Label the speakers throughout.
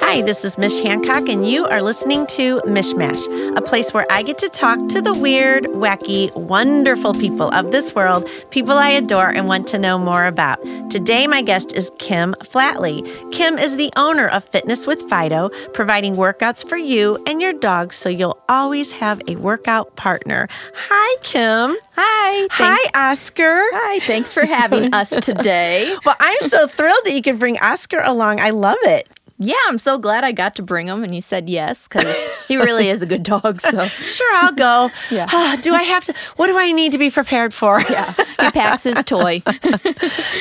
Speaker 1: Hi, this is Mish Hancock, and you are listening to Mishmash, a place where I get to talk to the weird, wacky, wonderful people of this world, people I adore and want to know more about. Today, my guest is Kim Flatley. Kim is the owner of Fitness with Fido, providing workouts for you and your dog so you'll always have a workout partner. Hi, Kim.
Speaker 2: Hi. thank-
Speaker 1: Hi, Oscar.
Speaker 2: Hi. Thanks for having us today.
Speaker 1: Well, I'm so thrilled that you could bring Oscar along. I love it.
Speaker 2: Yeah, I'm so glad I got to bring him and he said yes because he really is a good dog. So
Speaker 1: Sure, I'll go.
Speaker 2: Yeah.
Speaker 1: Ah, do I have to? What do I need to be prepared for?
Speaker 2: yeah, he packs his toy.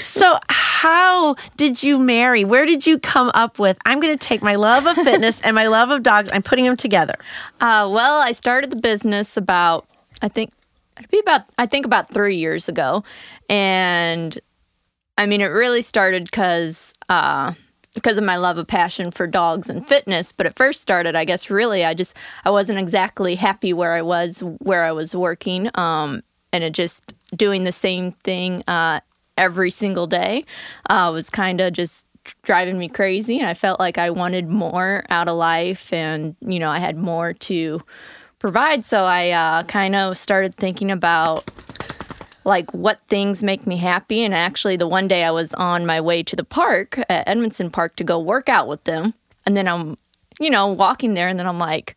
Speaker 1: So, how did you marry? Where did you come up with? I'm going to take my love of fitness and my love of dogs. I'm putting them together.
Speaker 2: Uh, well, I started the business about, I think, it'd be about, I think about three years ago. And I mean, it really started because, uh, because of my love of passion for dogs and fitness but it first started i guess really i just i wasn't exactly happy where i was where i was working um, and it just doing the same thing uh, every single day uh, was kind of just driving me crazy and i felt like i wanted more out of life and you know i had more to provide so i uh, kind of started thinking about like what things make me happy. And actually, the one day I was on my way to the park at Edmondson Park to go work out with them. And then I'm, you know, walking there, and then I'm like,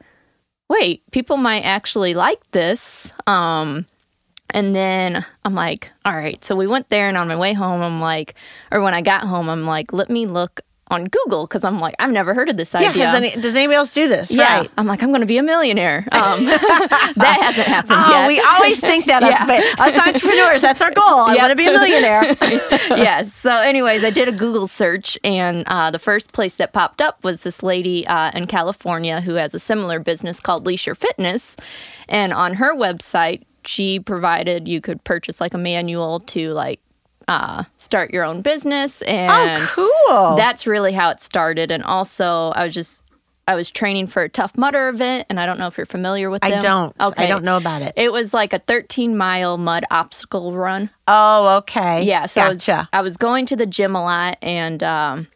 Speaker 2: wait, people might actually like this. Um, and then I'm like, all right. So we went there, and on my way home, I'm like, or when I got home, I'm like, let me look on Google because I'm like, I've never heard of this idea.
Speaker 1: has any- does anybody else do this?
Speaker 2: Yeah.
Speaker 1: Right.
Speaker 2: I'm like, I'm going to be a millionaire. Um, that hasn't happened
Speaker 1: Oh,
Speaker 2: yet.
Speaker 1: we always think that us,
Speaker 2: Yeah.
Speaker 1: but us entrepreneurs, that's our goal. I
Speaker 2: Yep.
Speaker 1: want to be a millionaire.
Speaker 2: yes. So, anyways, I did a Google search, and uh, the first place that popped up was this lady uh, in California who has a similar business called Leash Your Fitness. And on her website, she provided you could purchase like a manual to like uh, start your own business. And
Speaker 1: Oh, cool.
Speaker 2: that's really how it started. And also, I was just. I was training for a Tough Mudder event, and I don't know if you're familiar with
Speaker 1: I
Speaker 2: them.
Speaker 1: don't. I don't know about it.
Speaker 2: It was like a 13 mile mud obstacle run.
Speaker 1: oh, okay.
Speaker 2: Yeah, so I was-
Speaker 1: gotcha.
Speaker 2: I was going to the gym a lot, and um,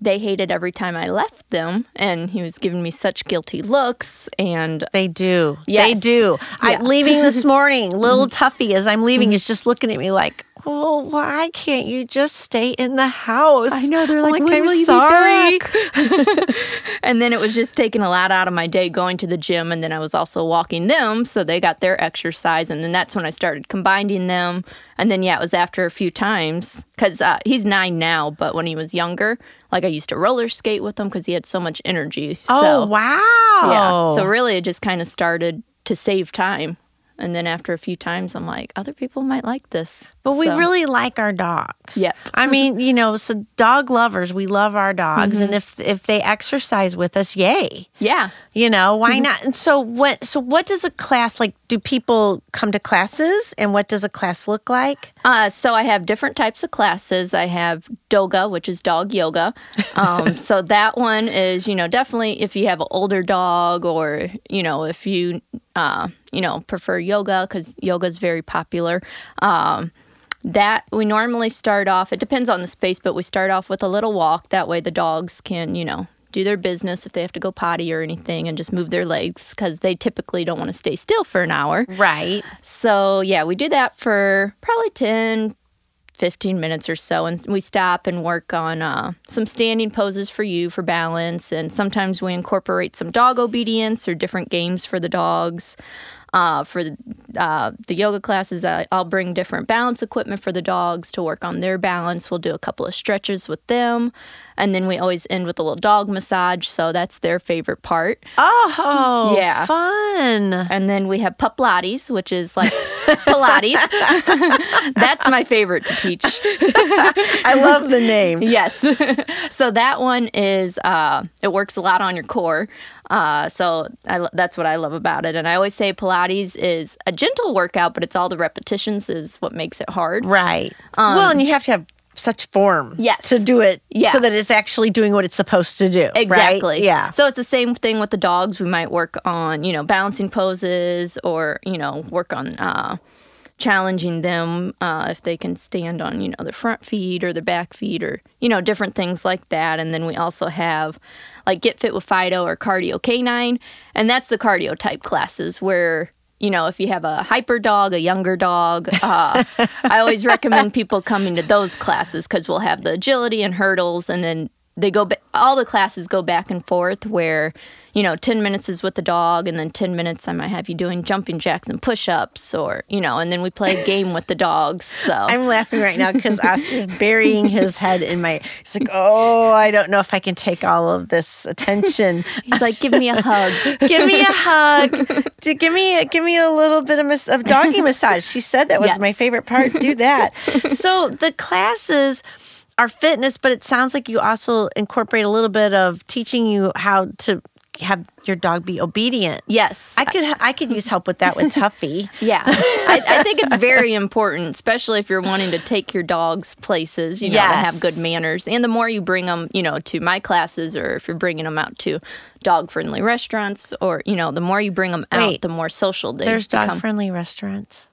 Speaker 2: they hated every time I left them, and he was giving me such guilty looks, and
Speaker 1: They do. They
Speaker 2: Yes.
Speaker 1: do.
Speaker 2: Yeah. Mm-hmm.
Speaker 1: I'm leaving this morning. Little Tuffy, as I'm leaving, is just looking at me like, "Oh, why can't you just stay in the house?"
Speaker 2: I know, they're
Speaker 1: I'm
Speaker 2: like, "When
Speaker 1: "I'm
Speaker 2: will you be
Speaker 1: sorry."
Speaker 2: and then it was just taking a lot out of my day going to the gym, and then I was also walking them, so they got their exercise, and then that's when I started combining them, and then yeah, it was after a few times because uh, he's nine now, but when he was younger, like I used to roller skate with him because he had so much energy.
Speaker 1: Oh
Speaker 2: so.
Speaker 1: wow!
Speaker 2: Yeah. So really, it just kind of started to save time. And then after a few times, I'm like, other people might like this.
Speaker 1: But we
Speaker 2: So-
Speaker 1: really like our dogs.
Speaker 2: Yep.
Speaker 1: I mean, you know, so dog lovers, we love our dogs, and if
Speaker 2: Mm-hmm.
Speaker 1: if they exercise with us, yay.
Speaker 2: yeah.
Speaker 1: You know why
Speaker 2: Mm-hmm.
Speaker 1: not? And so what? So what does a class like? Do people come to classes, and what does a class look like?
Speaker 2: Uh, so I have different types of classes. I have doga, which is dog yoga. Um, so that one is, you know, definitely if you have an older dog or, you know, if you, uh, you know, prefer yoga because yoga is very popular. Um, that we normally start off, it depends on the space, but we start off with a little walk. That way the dogs can, you know, do their business if they have to go potty or anything and just move their legs because they typically don't want to stay still for an hour.
Speaker 1: Right.
Speaker 2: So, yeah, we do that for probably 10, 15 minutes or so. And we stop and work on uh, some standing poses for you for balance. And sometimes we incorporate some dog obedience or different games for the dogs. Uh, for the, uh, the yoga classes, I, I'll bring different balance equipment for the dogs to work on their balance. We'll do a couple of stretches with them. And then we always end with a little dog massage. So that's their favorite part.
Speaker 1: Oh,
Speaker 2: Yeah.
Speaker 1: fun.
Speaker 2: And then we have pup Pilates, which is like Pilates. That's my favorite to teach.
Speaker 1: I love the name.
Speaker 2: Yes. so that one is, uh, it works a lot on your core. Uh, so I, lo- that's what I love about it. And I always say Pilates is a gentle workout, but it's all the repetitions is what makes it hard.
Speaker 1: Right. well, and you have to have such form
Speaker 2: Um, Yes.
Speaker 1: to do it
Speaker 2: Yeah.
Speaker 1: so that it's actually doing what it's supposed to do. right?
Speaker 2: Exactly.
Speaker 1: Yeah.
Speaker 2: So it's the same thing with the dogs. We might work on, you know, balancing poses or, you know, work on uh, challenging them uh, if they can stand on you know their front feet or their back feet or you know different things like that and then we also have like get fit with fido or cardio canine and that's the cardio type classes where you know if you have a hyper dog a younger dog uh, i always recommend people coming to those classes because we'll have the agility and hurdles and then they go ba- all the classes go back and forth where you know 10 minutes is with the dog and then 10 minutes i might have you doing jumping jacks and push-ups or you know and then we play a game with the dogs so
Speaker 1: I'm laughing right now because Oscar's burying his head in my. He's like, oh, I don't know if I can take all of this attention.
Speaker 2: he's like give me a hug
Speaker 1: give me a hug. D- give me give me a little bit of, mas- of doggy massage. She said that was
Speaker 2: Yes.
Speaker 1: my favorite part. Do that. so the classes are fitness, but it sounds like you also incorporate a little bit of teaching you how to have your dog be obedient.
Speaker 2: yes
Speaker 1: I could I could use help with that with Tuffy.
Speaker 2: Yeah, I, I think it's very important, especially if you're wanting to take your dogs places, you know, to
Speaker 1: Yes.
Speaker 2: have good manners. And the more you bring them, you know, to my classes or if you're bringing them out to dog friendly restaurants or, you know, the more you bring them out,
Speaker 1: Wait.
Speaker 2: the more social they
Speaker 1: There's dog
Speaker 2: become. Mm-hmm.
Speaker 1: friendly restaurants.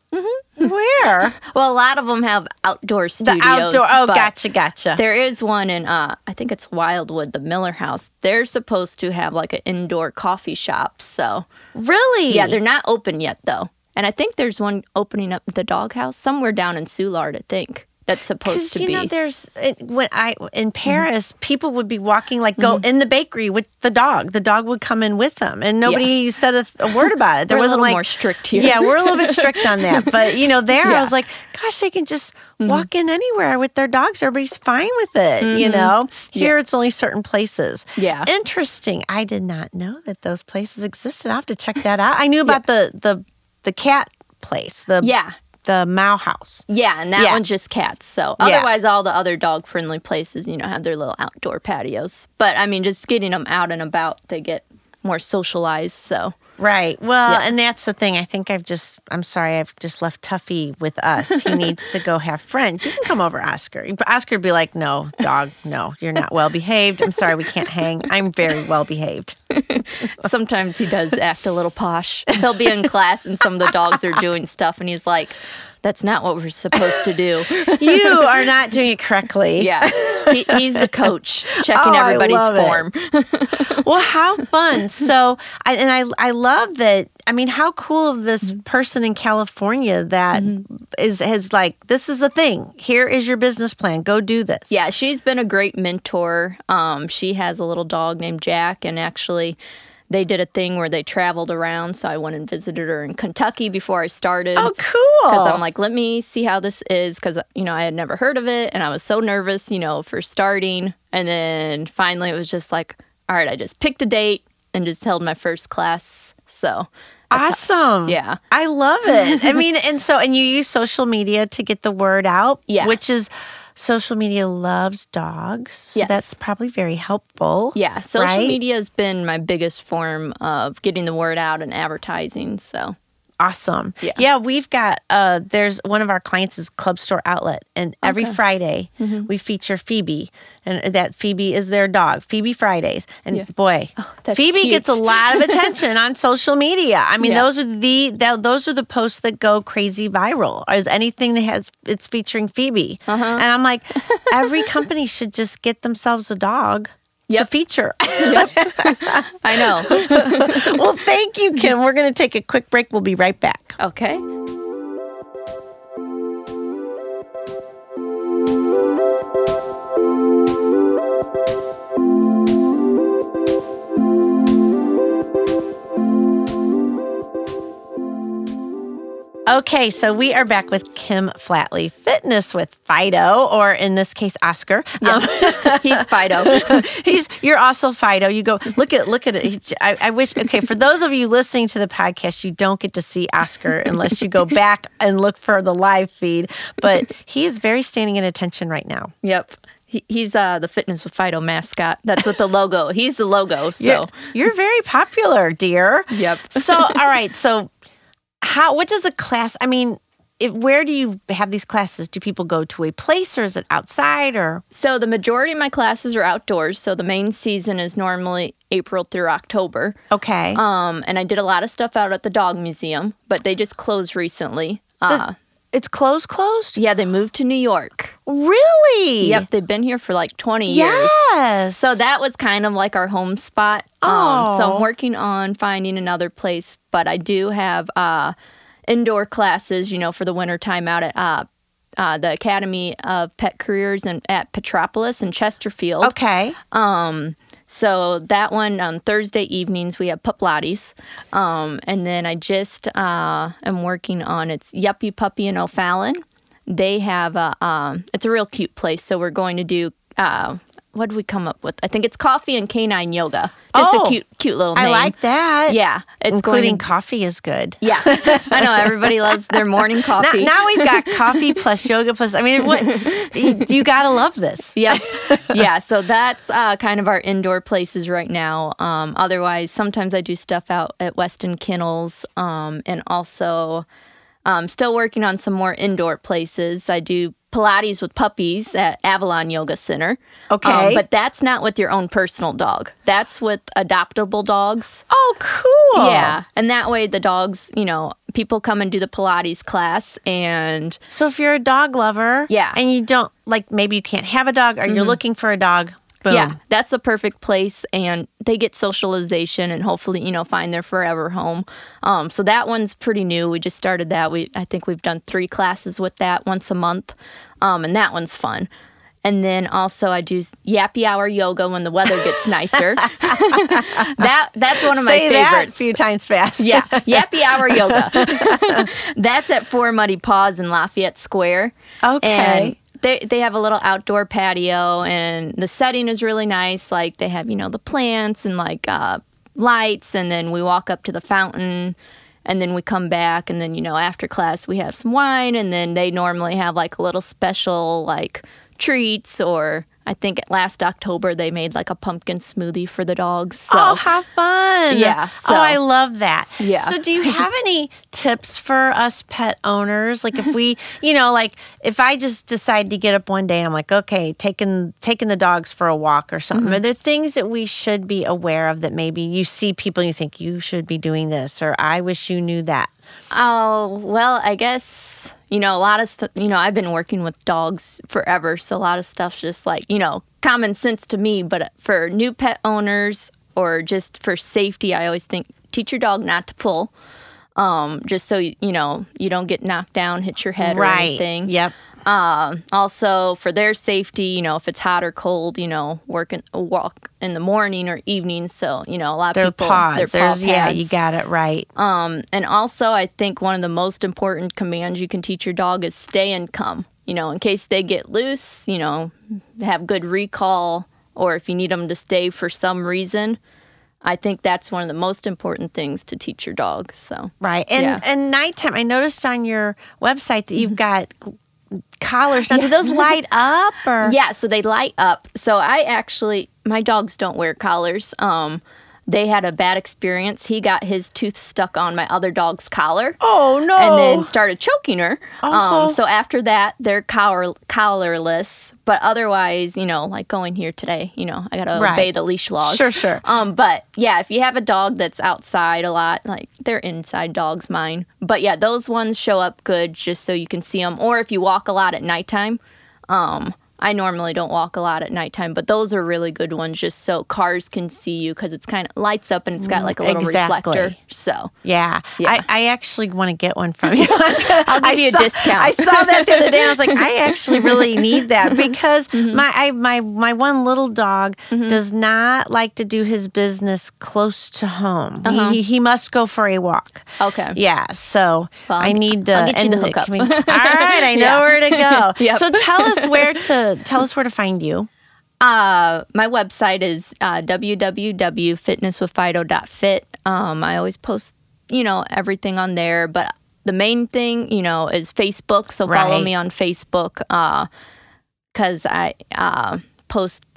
Speaker 1: Where
Speaker 2: well, a lot of them have outdoor
Speaker 1: the
Speaker 2: studios.
Speaker 1: outdoor? Oh,
Speaker 2: but
Speaker 1: gotcha, gotcha.
Speaker 2: There is one in, uh, I think it's Wildwood, the Miller House. They're supposed to have like an indoor coffee shop. So
Speaker 1: really?
Speaker 2: Yeah, they're not open yet though. And I think there's one opening up at the doghouse somewhere down in Soulard, I think. That's
Speaker 1: Because
Speaker 2: supposed to
Speaker 1: you
Speaker 2: be. Mm-hmm.
Speaker 1: know, there's it, when I in Paris, people would be walking like go in the bakery with the dog. The dog would come in with them, and nobody said a, th- a word about it. There
Speaker 2: We're a
Speaker 1: wasn't
Speaker 2: little
Speaker 1: like
Speaker 2: more strict here.
Speaker 1: Yeah, we're a little bit strict on that. But you know, there I
Speaker 2: Yeah. Mm-hmm.
Speaker 1: was like, gosh, they can just walk in anywhere with their dogs. Everybody's fine with it. You know, here it's only certain places.
Speaker 2: Mm-hmm. Yeah.
Speaker 1: interesting. I did not know that those places existed. I will have to check that out. I knew about the the the cat place. The
Speaker 2: yeah.
Speaker 1: the Mao house.
Speaker 2: Yeah, and that
Speaker 1: Yeah.
Speaker 2: one's just cats. So
Speaker 1: Yeah.
Speaker 2: otherwise all the other dog friendly places, you know, have their little outdoor patios. But I mean just getting them out and about, they get more socialized. So
Speaker 1: Right. Well, and that's the thing. I think I've just, I'm sorry, I've just left Tuffy with us. He needs to go have friends. You can come over, Oscar. But Oscar would be like, no, dog, no, you're not well behaved. I'm sorry, we can't hang. I'm very well behaved.
Speaker 2: sometimes he does act a little posh. He'll be in class and some of the dogs are doing stuff and he's like, That's not what we're supposed to do.
Speaker 1: You are not doing it correctly.
Speaker 2: Yeah. He, he's the coach checking
Speaker 1: Oh, I
Speaker 2: everybody's
Speaker 1: love it.
Speaker 2: form.
Speaker 1: Well, how fun. So, I, and I, I love that. I mean, how cool of this
Speaker 2: Mm-hmm.
Speaker 1: person in California that is has like, this is the thing. Here is your business plan. Go do this.
Speaker 2: Yeah, she's been a great mentor. Um, she has a little dog named Jack, and actually, they did a thing where they traveled around. So I went and visited her in Kentucky before I started.
Speaker 1: Oh, cool.
Speaker 2: Because I'm like, let me see how this is. Because, you know, I had never heard of it and I was so nervous, you know, for starting. And then finally it was just like, all right, I just picked a date and just held my first class. So
Speaker 1: Awesome.
Speaker 2: yeah.
Speaker 1: I love it. I mean, and so, and you use social media to get the word out,
Speaker 2: Yeah.
Speaker 1: which is social media loves dogs. So
Speaker 2: Yes.
Speaker 1: that's probably very helpful.
Speaker 2: yeah, social
Speaker 1: right?
Speaker 2: media has been my biggest form of getting the word out and advertising. So
Speaker 1: Awesome.
Speaker 2: Yeah.
Speaker 1: we've got, uh, there's one of our clients is Club Store Outlet, and every Friday
Speaker 2: Mm-hmm.
Speaker 1: we feature Phoebe, and that Phoebe is their dog, Phoebe Fridays. And
Speaker 2: Yeah. Oh,
Speaker 1: boy,
Speaker 2: that's
Speaker 1: Phoebe
Speaker 2: cute.
Speaker 1: gets a lot of attention on social media. I mean,
Speaker 2: Yeah.
Speaker 1: those are the th- those are the posts that go crazy viral. Is anything that has it's featuring Phoebe,
Speaker 2: Uh-huh.
Speaker 1: and I'm like, every company should just get themselves a dog. To
Speaker 2: Yep.
Speaker 1: feature.
Speaker 2: I know.
Speaker 1: well, thank you, Kim. We're going to take a quick break. We'll be right back.
Speaker 2: Okay.
Speaker 1: Okay, so we are back with Kim Flatley, fitness with Fido, or in this case, Oscar. Um,
Speaker 2: He's Fido.
Speaker 1: he's you're also Fido. You go look at look at it. He- I, I wish. Okay, for those of you listening to the podcast, you don't get to see Oscar unless you go back and look for the live feed. But he is very standing in attention right now.
Speaker 2: Yep. He, he's uh, the Fitness with Fido mascot. That's what the logo. He's the logo. So
Speaker 1: you're, you're very popular, dear.
Speaker 2: Yep.
Speaker 1: So all right, so how? What does a class? I mean. If, where do you have these classes? Do people go to a place or is it outside or
Speaker 2: so the majority of my classes are outdoors. So the main season is normally April through October.
Speaker 1: okay?
Speaker 2: Um, and I did a lot of stuff out at the dog museum, but they just closed recently. Uh,
Speaker 1: it's closed, closed?
Speaker 2: Yeah, they moved to New York.
Speaker 1: Really?
Speaker 2: Yep, they've been here for like 20 years.
Speaker 1: Yes.
Speaker 2: So that was kind of like our home spot. Um, so
Speaker 1: Oh.
Speaker 2: I'm working on finding another place, but I do have uh, indoor classes, you know, for the winter time out at uh, uh, the Academy of Pet Careers and at Petropolis in Chesterfield.
Speaker 1: okay.
Speaker 2: So that one um, Thursday evenings we have pup Pilates, um, and then I just uh, am working on it's Yuppie Puppy and O'Fallon. They have a um, it's a real cute place, so we're going to do. Uh, what did we come up with? I think it's coffee and canine yoga. Just
Speaker 1: Oh.
Speaker 2: a cute, cute little name.
Speaker 1: I like that.
Speaker 2: Yeah, it's going to-
Speaker 1: Including coffee is good.
Speaker 2: yeah, I know everybody loves their morning
Speaker 1: Now,
Speaker 2: coffee.
Speaker 1: now we've got coffee plus yoga plus. I mean, what you, you gotta love this.
Speaker 2: yep. yeah. So that's uh, kind of our indoor places right now. Um, otherwise, sometimes I do stuff out at Weston Kennels um, and also um, still working on some more indoor places. I do Pilates with puppies at Avalon Yoga Center. Um,
Speaker 1: Okay.
Speaker 2: but that's not with your own personal dog, that's with adoptable dogs.
Speaker 1: Oh, cool.
Speaker 2: Yeah. And that way, the dogs, you know, people come and do the Pilates class and
Speaker 1: So if you're a dog lover,
Speaker 2: Yeah. Mm-hmm.
Speaker 1: and you don't like, maybe you can't have a dog, or you're looking for a dog. Boom.
Speaker 2: Yeah, that's the perfect place, and they get socialization and hopefully, you know, find their forever home. Um, so that one's pretty new. We just started that. We I think we've done three classes with that once a month, um, and that one's fun. And then also I do yappy hour yoga when the weather gets nicer. that that's one of my
Speaker 1: Say that a
Speaker 2: favorites.
Speaker 1: few times fast.
Speaker 2: Yeah, Yappy Hour Yoga. That's at Four Muddy Paws in Lafayette Square.
Speaker 1: Okay.
Speaker 2: And they, they have a little outdoor patio, and the setting is really nice. Like, they have, you know, the plants and like uh, lights, and then we walk up to the fountain. And then we come back, and then, you know, after class, we have some wine, and then they normally have like a little special, like treats, or I think last October they made like a pumpkin smoothie for the dogs. So,
Speaker 1: Oh, how fun.
Speaker 2: Yeah, so-
Speaker 1: Oh, I love that.
Speaker 2: Yeah.
Speaker 1: So, do you have any tips for us pet owners? Like, if we, you know, like if I just decide to get up one day and I'm like, okay, taking taking the dogs for a walk or
Speaker 2: Mm-hmm.
Speaker 1: something, are there things that we should be aware of that maybe you see people and you think you should be doing this or I wish you knew that?
Speaker 2: Oh, well, I guess, you know, a lot of stuff, you know, I've been working with dogs forever. So a lot of stuff's just like, you know, common sense to me. But for new pet owners or just for safety, I always think teach your dog not to pull. Um, just so you know, you don't get knocked down, hit your head or
Speaker 1: right.
Speaker 2: anything.
Speaker 1: Yep.
Speaker 2: Um, also, for their safety, you know, if it's hot or cold, you know, work in, walk in the morning or evening. So you know, a lot of
Speaker 1: Their
Speaker 2: people
Speaker 1: paws.
Speaker 2: their paw
Speaker 1: There's- yeah, you
Speaker 2: pads.
Speaker 1: got it right.
Speaker 2: Um, and also, I think one of the most important commands you can teach your dog is stay and come. You know, in case they get loose, you know, have good recall, or if you need them to stay for some reason. I think that's one of the most important things to teach your dog. So,
Speaker 1: Right. And
Speaker 2: Yeah. Mm-hmm.
Speaker 1: and nighttime, I noticed on your website that you've got collars. Now, do those light up or?
Speaker 2: yeah, so they light up. So, I actually, my dogs don't wear collars. Um, they had a bad experience. He got his tooth stuck on my other dog's collar.
Speaker 1: Oh no!
Speaker 2: and then started choking her.
Speaker 1: Oh.
Speaker 2: Um, so after that, they're collar- collarless. But otherwise, you know, like going here today, you know, I gotta
Speaker 1: Right.
Speaker 2: obey the leash laws.
Speaker 1: Sure, sure.
Speaker 2: Um, but yeah, if you have a dog that's outside a lot, like they're inside dogs, mine. But yeah, those ones show up good just so you can see them. Or if you walk a lot at nighttime, um. I normally don't walk a lot at nighttime, but those are really good ones just so cars can see you because it's kind of lights up and it's got like a little
Speaker 1: Mm, exactly.
Speaker 2: reflector. So,
Speaker 1: yeah,
Speaker 2: Yeah.
Speaker 1: I, I actually want to get one from you.
Speaker 2: I'll give you a
Speaker 1: saw,
Speaker 2: discount.
Speaker 1: I saw that the other day. and I was like, I actually really need that
Speaker 2: Mm-hmm.
Speaker 1: because my I, my my one little dog
Speaker 2: Mm-hmm.
Speaker 1: does not like to do his business close to home. He-
Speaker 2: Uh-huh.
Speaker 1: He, he must go for a walk.
Speaker 2: okay.
Speaker 1: Yeah, so
Speaker 2: Well,
Speaker 1: I
Speaker 2: I'll-
Speaker 1: need to.
Speaker 2: I'll get you the
Speaker 1: and
Speaker 2: hookup.
Speaker 1: commu- All right, I know
Speaker 2: Yeah.
Speaker 1: where to go.
Speaker 2: Yep.
Speaker 1: So tell us where to tell us where to find you.
Speaker 2: Uh, my website is uh, www.fitnesswithfido.fit. Um, I always post, you know, everything on there. But the main thing, you know, is Facebook. So follow
Speaker 1: Right.
Speaker 2: me on Facebook because I uh, post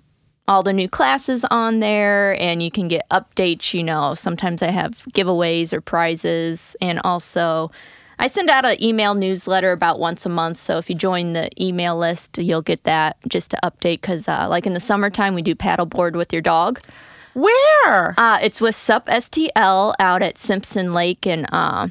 Speaker 2: all the new classes on there and you can get updates. You know, sometimes I have giveaways or prizes. And also, I send out an email newsletter about once a month. So if you join the email list, you'll get that just to update because, uh, like in the summertime, we do paddleboard with your dog.
Speaker 1: Where?
Speaker 2: Uh, it's with SUP STL out at Simpson Lake in uh, I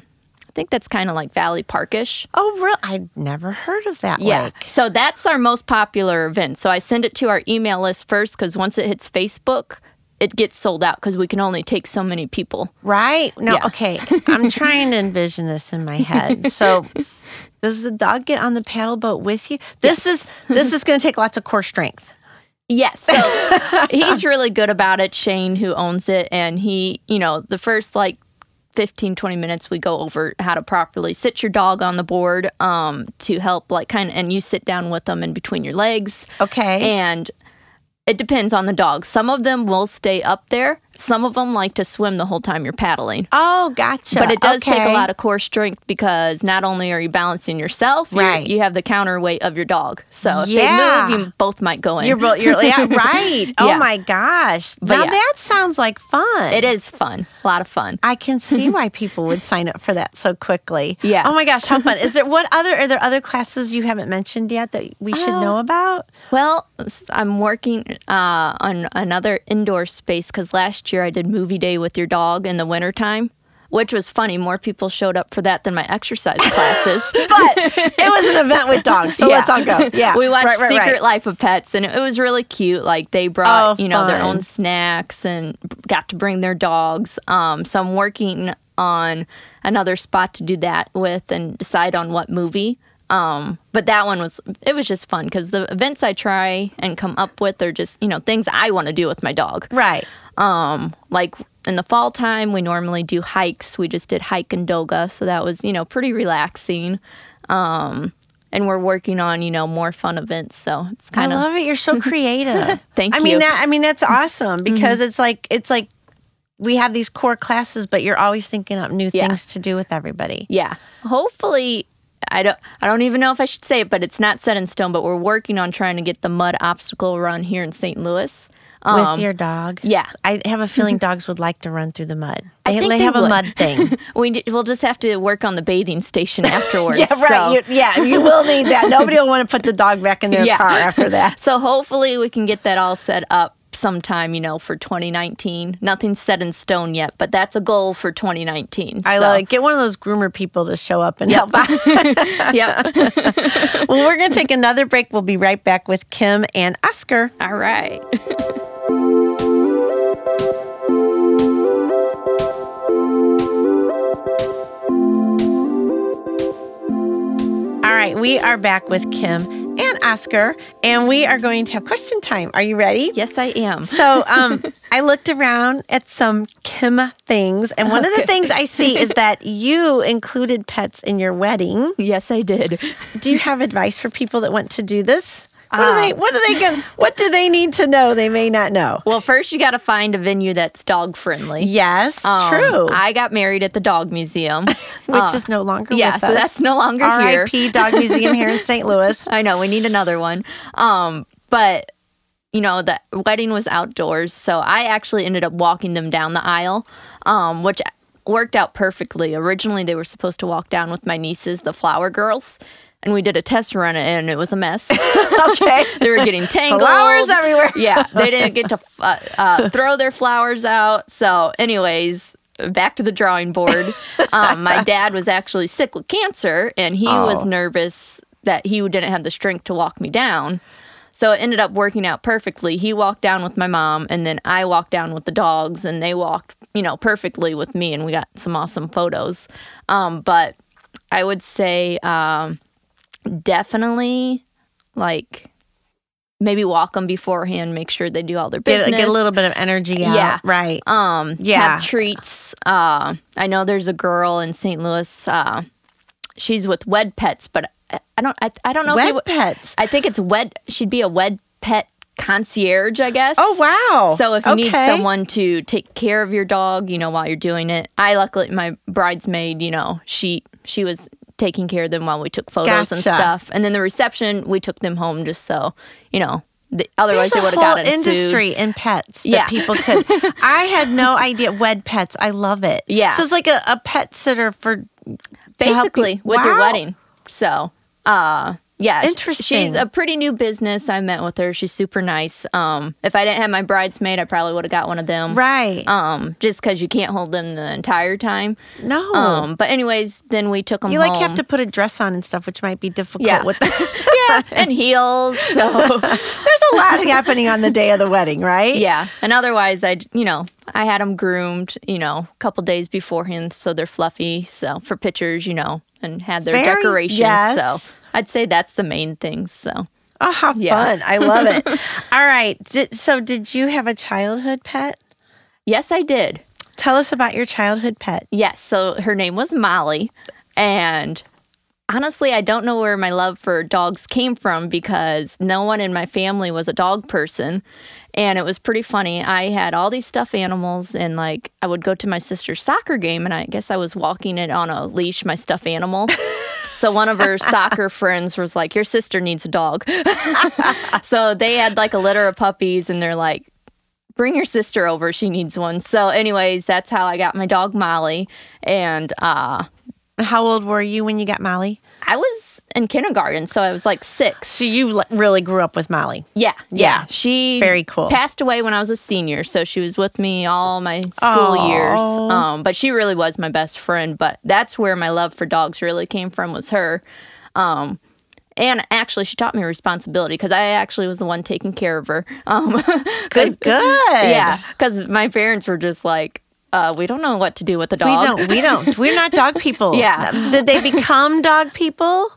Speaker 2: think that's kind of like Valley Parkish.
Speaker 1: Oh, real? I'd never heard of that
Speaker 2: Yeah.
Speaker 1: lake.
Speaker 2: So that's our most popular event. So I send it to our email list first because once it hits Facebook, it gets sold out because we can only take so many people.
Speaker 1: Right? No,
Speaker 2: Yeah.
Speaker 1: okay. I'm trying to envision this in my head. So does the dog get on the paddle boat with you? This is this is gonna take lots of core strength.
Speaker 2: Yes. So he's really good about it, Shane, who owns it. And he, you know, the first like 15, 20 minutes, we go over how to properly sit your dog on the board um, to help, like, kind of, and you sit down with them in between your legs.
Speaker 1: Okay.
Speaker 2: And it depends on the dog. Some of them will stay up there, some of them like to swim the whole time you're paddling.
Speaker 1: oh, gotcha.
Speaker 2: But it does take a
Speaker 1: Okay.
Speaker 2: lot of core strength because not only are you balancing yourself, you're-
Speaker 1: Right.
Speaker 2: you have the counterweight of your dog. So if
Speaker 1: Yeah.
Speaker 2: they move, you both might go in.
Speaker 1: You're, bo- you're yeah, right. Oh
Speaker 2: Yeah.
Speaker 1: my gosh.
Speaker 2: But
Speaker 1: now
Speaker 2: yeah.
Speaker 1: that sounds like fun.
Speaker 2: it is fun, a lot of fun.
Speaker 1: I can see why people would sign up for that so quickly.
Speaker 2: Yeah.
Speaker 1: Oh my gosh, how fun. Is there what other are there other classes you haven't mentioned yet that we should know
Speaker 2: Uh,
Speaker 1: about?
Speaker 2: Well, s- I'm working uh, on another indoor space because last year I did movie day with your dog in the wintertime, which was funny. More people showed up for that than my exercise classes.
Speaker 1: But it was an event with dogs, so
Speaker 2: Yeah.
Speaker 1: let's all go. Yeah.
Speaker 2: we watched
Speaker 1: Right, right,
Speaker 2: Secret
Speaker 1: right.
Speaker 2: Life of Pets, and it was really cute. Like they brought,
Speaker 1: Oh,
Speaker 2: you know, their
Speaker 1: fun.
Speaker 2: own snacks and got to bring their dogs. Um, so I'm working on another spot to do that with and decide on what movie. Um, but that one was it was just fun because the events I try and come up with are just you know things I want to do with my dog.
Speaker 1: Right.
Speaker 2: Um, like in the fall time, we normally do hikes. We just did hike and doga, so that was you know pretty relaxing. Um, and we're working on you know more fun events, so it's kind
Speaker 1: I
Speaker 2: of
Speaker 1: love it. You're so creative.
Speaker 2: Thank
Speaker 1: I mean
Speaker 2: you. Mm-hmm.
Speaker 1: that I mean that's awesome because it's like it's like we have these core classes, but you're always thinking up new
Speaker 2: Yeah.
Speaker 1: things to do with everybody.
Speaker 2: yeah. Hopefully, I don't I don't even know if I should say it, but it's not set in stone. But we're working on trying to get the mud obstacle run here in St. Louis. Um,
Speaker 1: with your dog.
Speaker 2: yeah.
Speaker 1: I have a feeling dogs would like to run through the mud.
Speaker 2: I
Speaker 1: They,
Speaker 2: think
Speaker 1: they
Speaker 2: they
Speaker 1: have a
Speaker 2: would.
Speaker 1: mud thing.
Speaker 2: We d- we'll just have to work on the bathing station afterwards.
Speaker 1: yeah,
Speaker 2: so-
Speaker 1: right. You, yeah, you will need that. Nobody will want to put the dog back in their
Speaker 2: Yeah.
Speaker 1: car after that.
Speaker 2: So hopefully we can get that all set up sometime, you know, for 2019. Nothing's set in stone yet, but that's a goal for 2019.
Speaker 1: I
Speaker 2: so,
Speaker 1: love it. Get one of those groomer people to show up and help out.
Speaker 2: Yep.
Speaker 1: well, we're going to take another break. We'll be right back with Kim and Oscar.
Speaker 2: all right.
Speaker 1: All right, we are back with Kim and Oscar, and we are going to have question time. Are you ready?
Speaker 2: Yes, I am.
Speaker 1: So um, I looked around at some Kim things, and one of the
Speaker 2: Okay.
Speaker 1: things I see is that you included pets in your wedding.
Speaker 2: Yes, I did.
Speaker 1: Do you have advice for people that want to do this? What
Speaker 2: Ah.
Speaker 1: are they? What are they going? What do they need to know? They may not know.
Speaker 2: Well, first you got to find a venue that's dog friendly.
Speaker 1: Yes,
Speaker 2: Um,
Speaker 1: true.
Speaker 2: I got married at the dog museum.
Speaker 1: which
Speaker 2: Uh,
Speaker 1: is no longer
Speaker 2: yeah,
Speaker 1: with
Speaker 2: so
Speaker 1: us.
Speaker 2: that's no longer here.
Speaker 1: R.I.P. Dog Museum here in St. Louis.
Speaker 2: I know we need another one. Um, but you know the wedding was outdoors, so I actually ended up walking them down the aisle, um, which worked out perfectly. Originally, they were supposed to walk down with my nieces, the flower girls, and we did a test run, and it was a mess.
Speaker 1: Okay.
Speaker 2: they were getting tangled.
Speaker 1: Flowers everywhere.
Speaker 2: yeah, they didn't get to uh, uh, throw their flowers out. So, anyways, back to the drawing board. Um, my dad was actually sick with cancer, and he
Speaker 1: Oh.
Speaker 2: was nervous that he didn't have the strength to walk me down. So it ended up working out perfectly. He walked down with my mom, and then I walked down with the dogs, and they walked, you know, perfectly with me, and we got some awesome photos. Um, but I would say um, definitely like maybe walk them beforehand, make sure they do all their
Speaker 1: Get,
Speaker 2: business.
Speaker 1: get a little bit of energy out.
Speaker 2: Yeah.
Speaker 1: Right.
Speaker 2: um
Speaker 1: Yeah.
Speaker 2: have treats. Uh, I know there's a girl in St. Louis. Uh, she's with Wed Pets, but I, I don't I, I don't know if
Speaker 1: Wet
Speaker 2: you,
Speaker 1: pets.
Speaker 2: I think it's Wed she'd be a Wed Pet concierge, I guess.
Speaker 1: Oh wow.
Speaker 2: So if you need
Speaker 1: Okay.
Speaker 2: someone to take care of your dog, you know, while you're doing it. I luckily my bridesmaid, you know, she she was taking care of them while we took photos
Speaker 1: Gotcha.
Speaker 2: and stuff. And then the reception, we took them home just so, you know, the, otherwise
Speaker 1: There's a
Speaker 2: they would have
Speaker 1: whole
Speaker 2: gotten food.
Speaker 1: industry in pets that
Speaker 2: Yeah.
Speaker 1: people could. I had no idea. Wed pets. I love it.
Speaker 2: Yeah.
Speaker 1: So it's like a, a pet sitter for to help you-
Speaker 2: basically with your
Speaker 1: Wow.
Speaker 2: wedding. So, uh, yeah, sh-
Speaker 1: Interesting.
Speaker 2: She's a pretty new business. I met with her. She's super nice. Um, if I didn't have my bridesmaid, I probably would have got one of them.
Speaker 1: Right.
Speaker 2: Um, just because you can't hold them the entire time.
Speaker 1: no.
Speaker 2: Um, but anyways, then we took them.
Speaker 1: you like have
Speaker 2: home.
Speaker 1: to put a dress on and stuff, which might be difficult
Speaker 2: Yeah.
Speaker 1: with the
Speaker 2: yeah, and heels. So
Speaker 1: There's a lot happening on the day of the wedding, right?
Speaker 2: yeah, and otherwise, I you know I had them groomed, you know, a couple days beforehand, so they're fluffy. So for pictures, you know, and had their
Speaker 1: Very-
Speaker 2: decorations.
Speaker 1: yes.
Speaker 2: So I'd say that's the main thing. So
Speaker 1: Oh, how
Speaker 2: Yeah.
Speaker 1: fun. I love it. All right. Di- so, did you have a childhood pet?
Speaker 2: yes, I did.
Speaker 1: Tell us about your childhood pet.
Speaker 2: Yes. So her name was Molly. And honestly, I don't know where my love for dogs came from because no one in my family was a dog person. And it was pretty funny. I had all these stuffed animals, and like I would go to my sister's soccer game, and I guess I was walking it on a leash, my stuffed animal. So one of her soccer friends was like, Your sister needs a dog. so they had like a litter of puppies, and they're like, bring your sister over she needs one so anyways that's how i got my dog molly and uh
Speaker 1: How old were you when you got Molly?
Speaker 2: i was in kindergarten so i was like six
Speaker 1: So, you l- really grew up with Molly.
Speaker 2: yeah, yeah
Speaker 1: yeah.
Speaker 2: she
Speaker 1: Very cool.
Speaker 2: passed away when i was a senior so she was with me all my school
Speaker 1: Aw.
Speaker 2: years um but she really was my best friend but that's where my love for dogs really came from was her um and actually she taught me responsibility because i actually was the one taking care of her um 'cause-
Speaker 1: Good, good.
Speaker 2: Yeah, because my parents were just like, uh, we don't know what to do with the
Speaker 1: We
Speaker 2: dog.
Speaker 1: don't, we don't, we're not dog people.
Speaker 2: Yeah.
Speaker 1: Did they become dog people?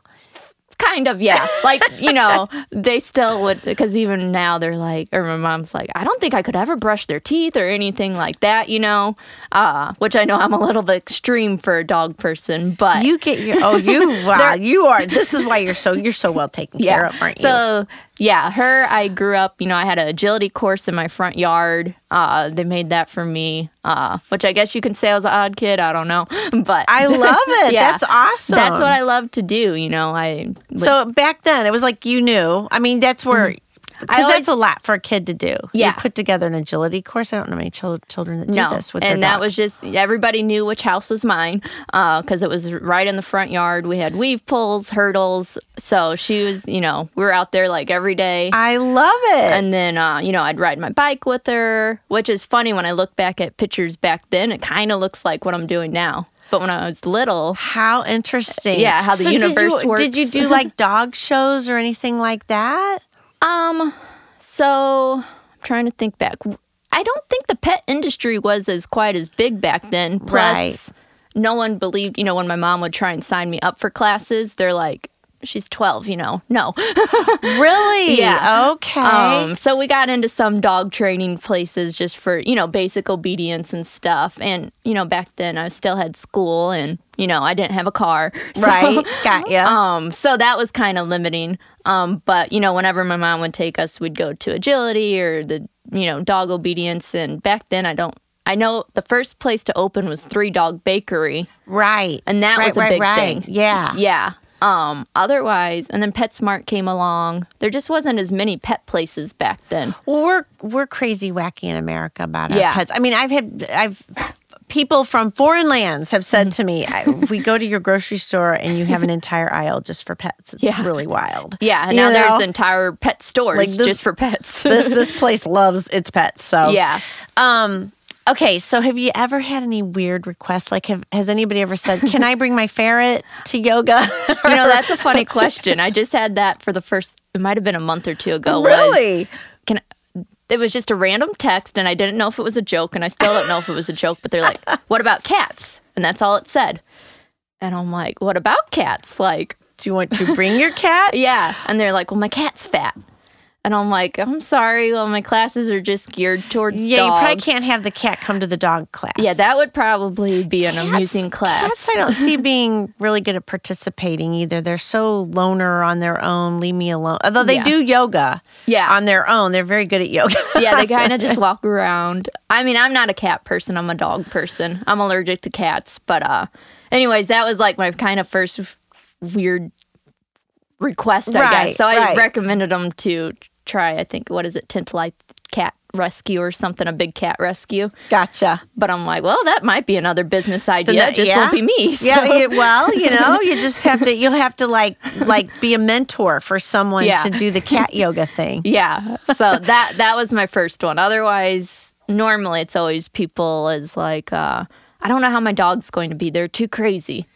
Speaker 2: Kind of, yeah. Like, you know, they still would, because even now they're like, or my mom's like, I don't think I could ever brush their teeth or anything like that, you know, uh, which I know I'm a little bit extreme for a dog person, but.
Speaker 1: You get your, oh, you, wow, you are, this is why you're so, you're so well taken care of, aren't you?
Speaker 2: so, yeah, her, I grew up, you know, I had an agility course in my front yard. Uh, they made that for me, uh, which I guess you can say I was an odd kid. I don't know. But
Speaker 1: I um love it.
Speaker 2: Yeah.
Speaker 1: That's awesome.
Speaker 2: That's what I love to do. You know, I
Speaker 1: So back then, it was like you knew. I mean, that's where
Speaker 2: Mm-hmm. I
Speaker 1: because that's a lot for a kid to do.
Speaker 2: Yeah.
Speaker 1: you put together an agility course. I don't know many chil- children that do
Speaker 2: no,
Speaker 1: this with
Speaker 2: and
Speaker 1: their
Speaker 2: that
Speaker 1: dog.
Speaker 2: was just everybody knew which house was mine because it was right in the front yard. We had weave pulls, hurdles. So she was, you know, we were out there like every day.
Speaker 1: I love it.
Speaker 2: and then, uh, you know, I'd ride my bike with her, which is funny when I look back at pictures back then. It kind of looks like what I'm doing now. But when I was little,
Speaker 1: how interesting.
Speaker 2: Yeah, how the
Speaker 1: So did
Speaker 2: universe
Speaker 1: you, Did you
Speaker 2: works.
Speaker 1: do like dog shows or anything like that?
Speaker 2: Um, so I'm trying to think back. I don't think the pet industry was as quite as big back then. Plus, no one believed, you know, when my mom would try and sign me up for classes, they're like, she's 12, you know, no.
Speaker 1: Really?
Speaker 2: Yeah.
Speaker 1: Okay.
Speaker 2: Um, so we got into some dog training places just for, you know, basic obedience and stuff. And, you know, back then I still had school and, you know, I didn't have a car. So-
Speaker 1: right. Got you.
Speaker 2: um, so that was kind of limiting. Um, but you know, whenever my mom would take us, we'd go to agility or the you know dog obedience. And back then, I don't. I know the first place to open was Three Dog Bakery,
Speaker 1: right.
Speaker 2: and that
Speaker 1: right,
Speaker 2: was a
Speaker 1: right,
Speaker 2: big
Speaker 1: right.
Speaker 2: thing.
Speaker 1: Yeah.
Speaker 2: Yeah. Um, otherwise, and then PetSmart came along. There just wasn't as many pet places back then.
Speaker 1: Well, we're we're crazy wacky in America about our
Speaker 2: Yeah.
Speaker 1: pets. I mean, I've had I've people from foreign lands have said to me, I, "We go to your grocery store and you have an entire aisle just for pets. It's
Speaker 2: Yeah.
Speaker 1: really wild."
Speaker 2: Yeah, and
Speaker 1: You
Speaker 2: now
Speaker 1: know?
Speaker 2: there's entire pet stores
Speaker 1: Like this-
Speaker 2: just for pets.
Speaker 1: this this place loves its pets. So
Speaker 2: yeah.
Speaker 1: Um. Okay. So have you ever had any weird requests? Like, have, has anybody ever said, "Can I bring my ferret to yoga?"
Speaker 2: You know, that's a funny question. I just had that for the first it might have been a month or two ago. was-
Speaker 1: really?
Speaker 2: can it was just a random text and I didn't know if it was a joke and I still don't know if it was a joke, but they're like, What about cats? And that's all it said. And I'm like, What about cats? Like,
Speaker 1: Do you want to bring your cat?
Speaker 2: yeah. And they're like, Well, my cat's fat. And I'm like, I'm sorry, well my classes are just geared towards
Speaker 1: Yeah, you probably
Speaker 2: dogs."
Speaker 1: can't have the cat come to the dog class.
Speaker 2: Yeah, that would probably be an amusing class.
Speaker 1: Cats, I don't see being really good at participating either. They're so loner on their own. Leave me alone. Although they
Speaker 2: Yeah.
Speaker 1: do yoga
Speaker 2: Yeah.
Speaker 1: on their own, they're very good at yoga.
Speaker 2: yeah, they kind of just walk around. I mean, I'm not a cat person. I'm a dog person. I'm allergic to cats. But uh, anyways, that was like my kind of first weird request, I
Speaker 1: Right,
Speaker 2: guess. So I
Speaker 1: right.
Speaker 2: recommended them to try. I think what is it, Tintalite Cat Rescue or something, a big cat rescue.
Speaker 1: Gotcha.
Speaker 2: But I'm like, well, that might be another business idea.
Speaker 1: that-
Speaker 2: it just
Speaker 1: yeah.
Speaker 2: won't be me. So.
Speaker 1: Yeah, you- well, you know, you just have to you'll have to like like be a mentor for someone
Speaker 2: Yeah.
Speaker 1: to do the cat yoga thing.
Speaker 2: Yeah. So that that was my first one. Otherwise, normally it's always people is like, uh, I don't know how my dog's going to be. They're too crazy. So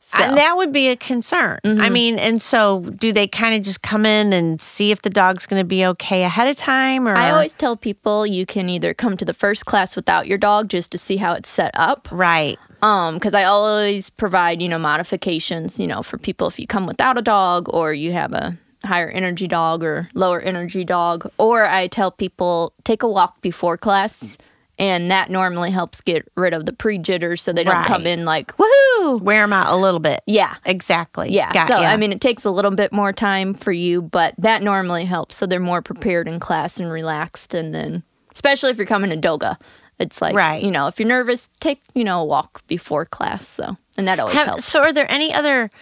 Speaker 2: Mm-hmm.
Speaker 1: And that would be a concern. I mean, and so do they kind of just come in and see if the dog's going to be okay ahead of time or
Speaker 2: I always tell people you can either come to the first class without your dog just to see how it's set up.
Speaker 1: right.
Speaker 2: Um, because I always provide, you know, modifications, you know, for people if you come without a dog or you have a higher energy dog or lower energy dog. Or I tell people take a walk before class. And that normally helps get rid of the pre jitters so they don't
Speaker 1: Right.
Speaker 2: come in like, woohoo.
Speaker 1: Wear them out a little bit.
Speaker 2: Yeah.
Speaker 1: Exactly.
Speaker 2: Yeah.
Speaker 1: Got
Speaker 2: so,
Speaker 1: ya.
Speaker 2: I mean, it takes a little bit more time for you, but that normally helps. So they're more prepared in class and relaxed. And then, especially if you're coming to Doga, it's like,
Speaker 1: Right.
Speaker 2: you know, if you're nervous, take, you know, a walk before class. So, and that always
Speaker 1: Have-
Speaker 2: helps.
Speaker 1: so are there any other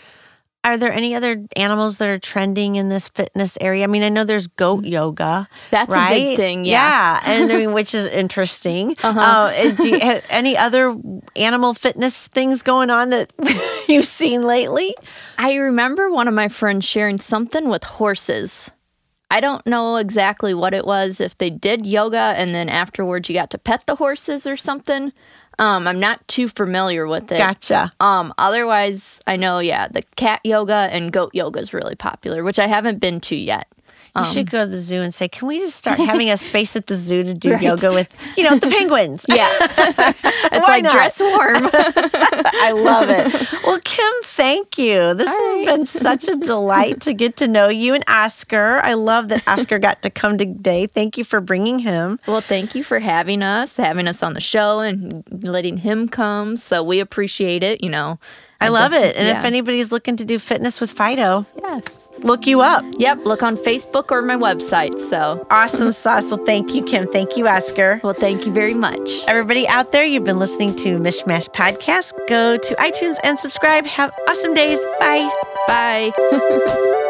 Speaker 1: are there any other animals that are trending in this fitness area? I mean, I know there's goat yoga.
Speaker 2: Mm. That's a big
Speaker 1: right?
Speaker 2: thing, yeah. Uh-huh.
Speaker 1: and I mean, which is interesting. uh uh, do you have any other animal fitness things going on that you've seen lately?
Speaker 2: I remember one of my friends sharing something with horses. I don't know exactly what it was, if they did yoga and then afterwards you got to pet the horses or something. Um, I'm not too familiar with it.
Speaker 1: Gotcha.
Speaker 2: Um, otherwise, I know, yeah, the cat yoga and goat yoga is really popular, which I haven't been to yet.
Speaker 1: You
Speaker 2: um,
Speaker 1: should go to the zoo and say, "Can we just start having a space at the zoo to do yoga with, you know, the penguins?"
Speaker 2: Yeah. it's
Speaker 1: Why
Speaker 2: like
Speaker 1: not?
Speaker 2: dress warm.
Speaker 1: I love it. Well, Kim, thank you. This has been such a delight to get to know you and Oscar. I love that Oscar got to come today. Thank you for bringing him.
Speaker 2: well, thank you for having us, having us on the show and letting him come. So we appreciate it, you know.
Speaker 1: I love it. And if
Speaker 2: yeah.
Speaker 1: anybody's looking to do fitness with Fido,
Speaker 2: Yes.
Speaker 1: look you up.
Speaker 2: Yep, look on Facebook or my website. So,
Speaker 1: Awesome sauce. Well, thank you, Kim. Thank you, Oscar.
Speaker 2: well, thank you very much.
Speaker 1: Everybody out there, you've been listening to Mishmash Podcast. Go to iTunes and subscribe. Have awesome days. Bye.
Speaker 2: Bye.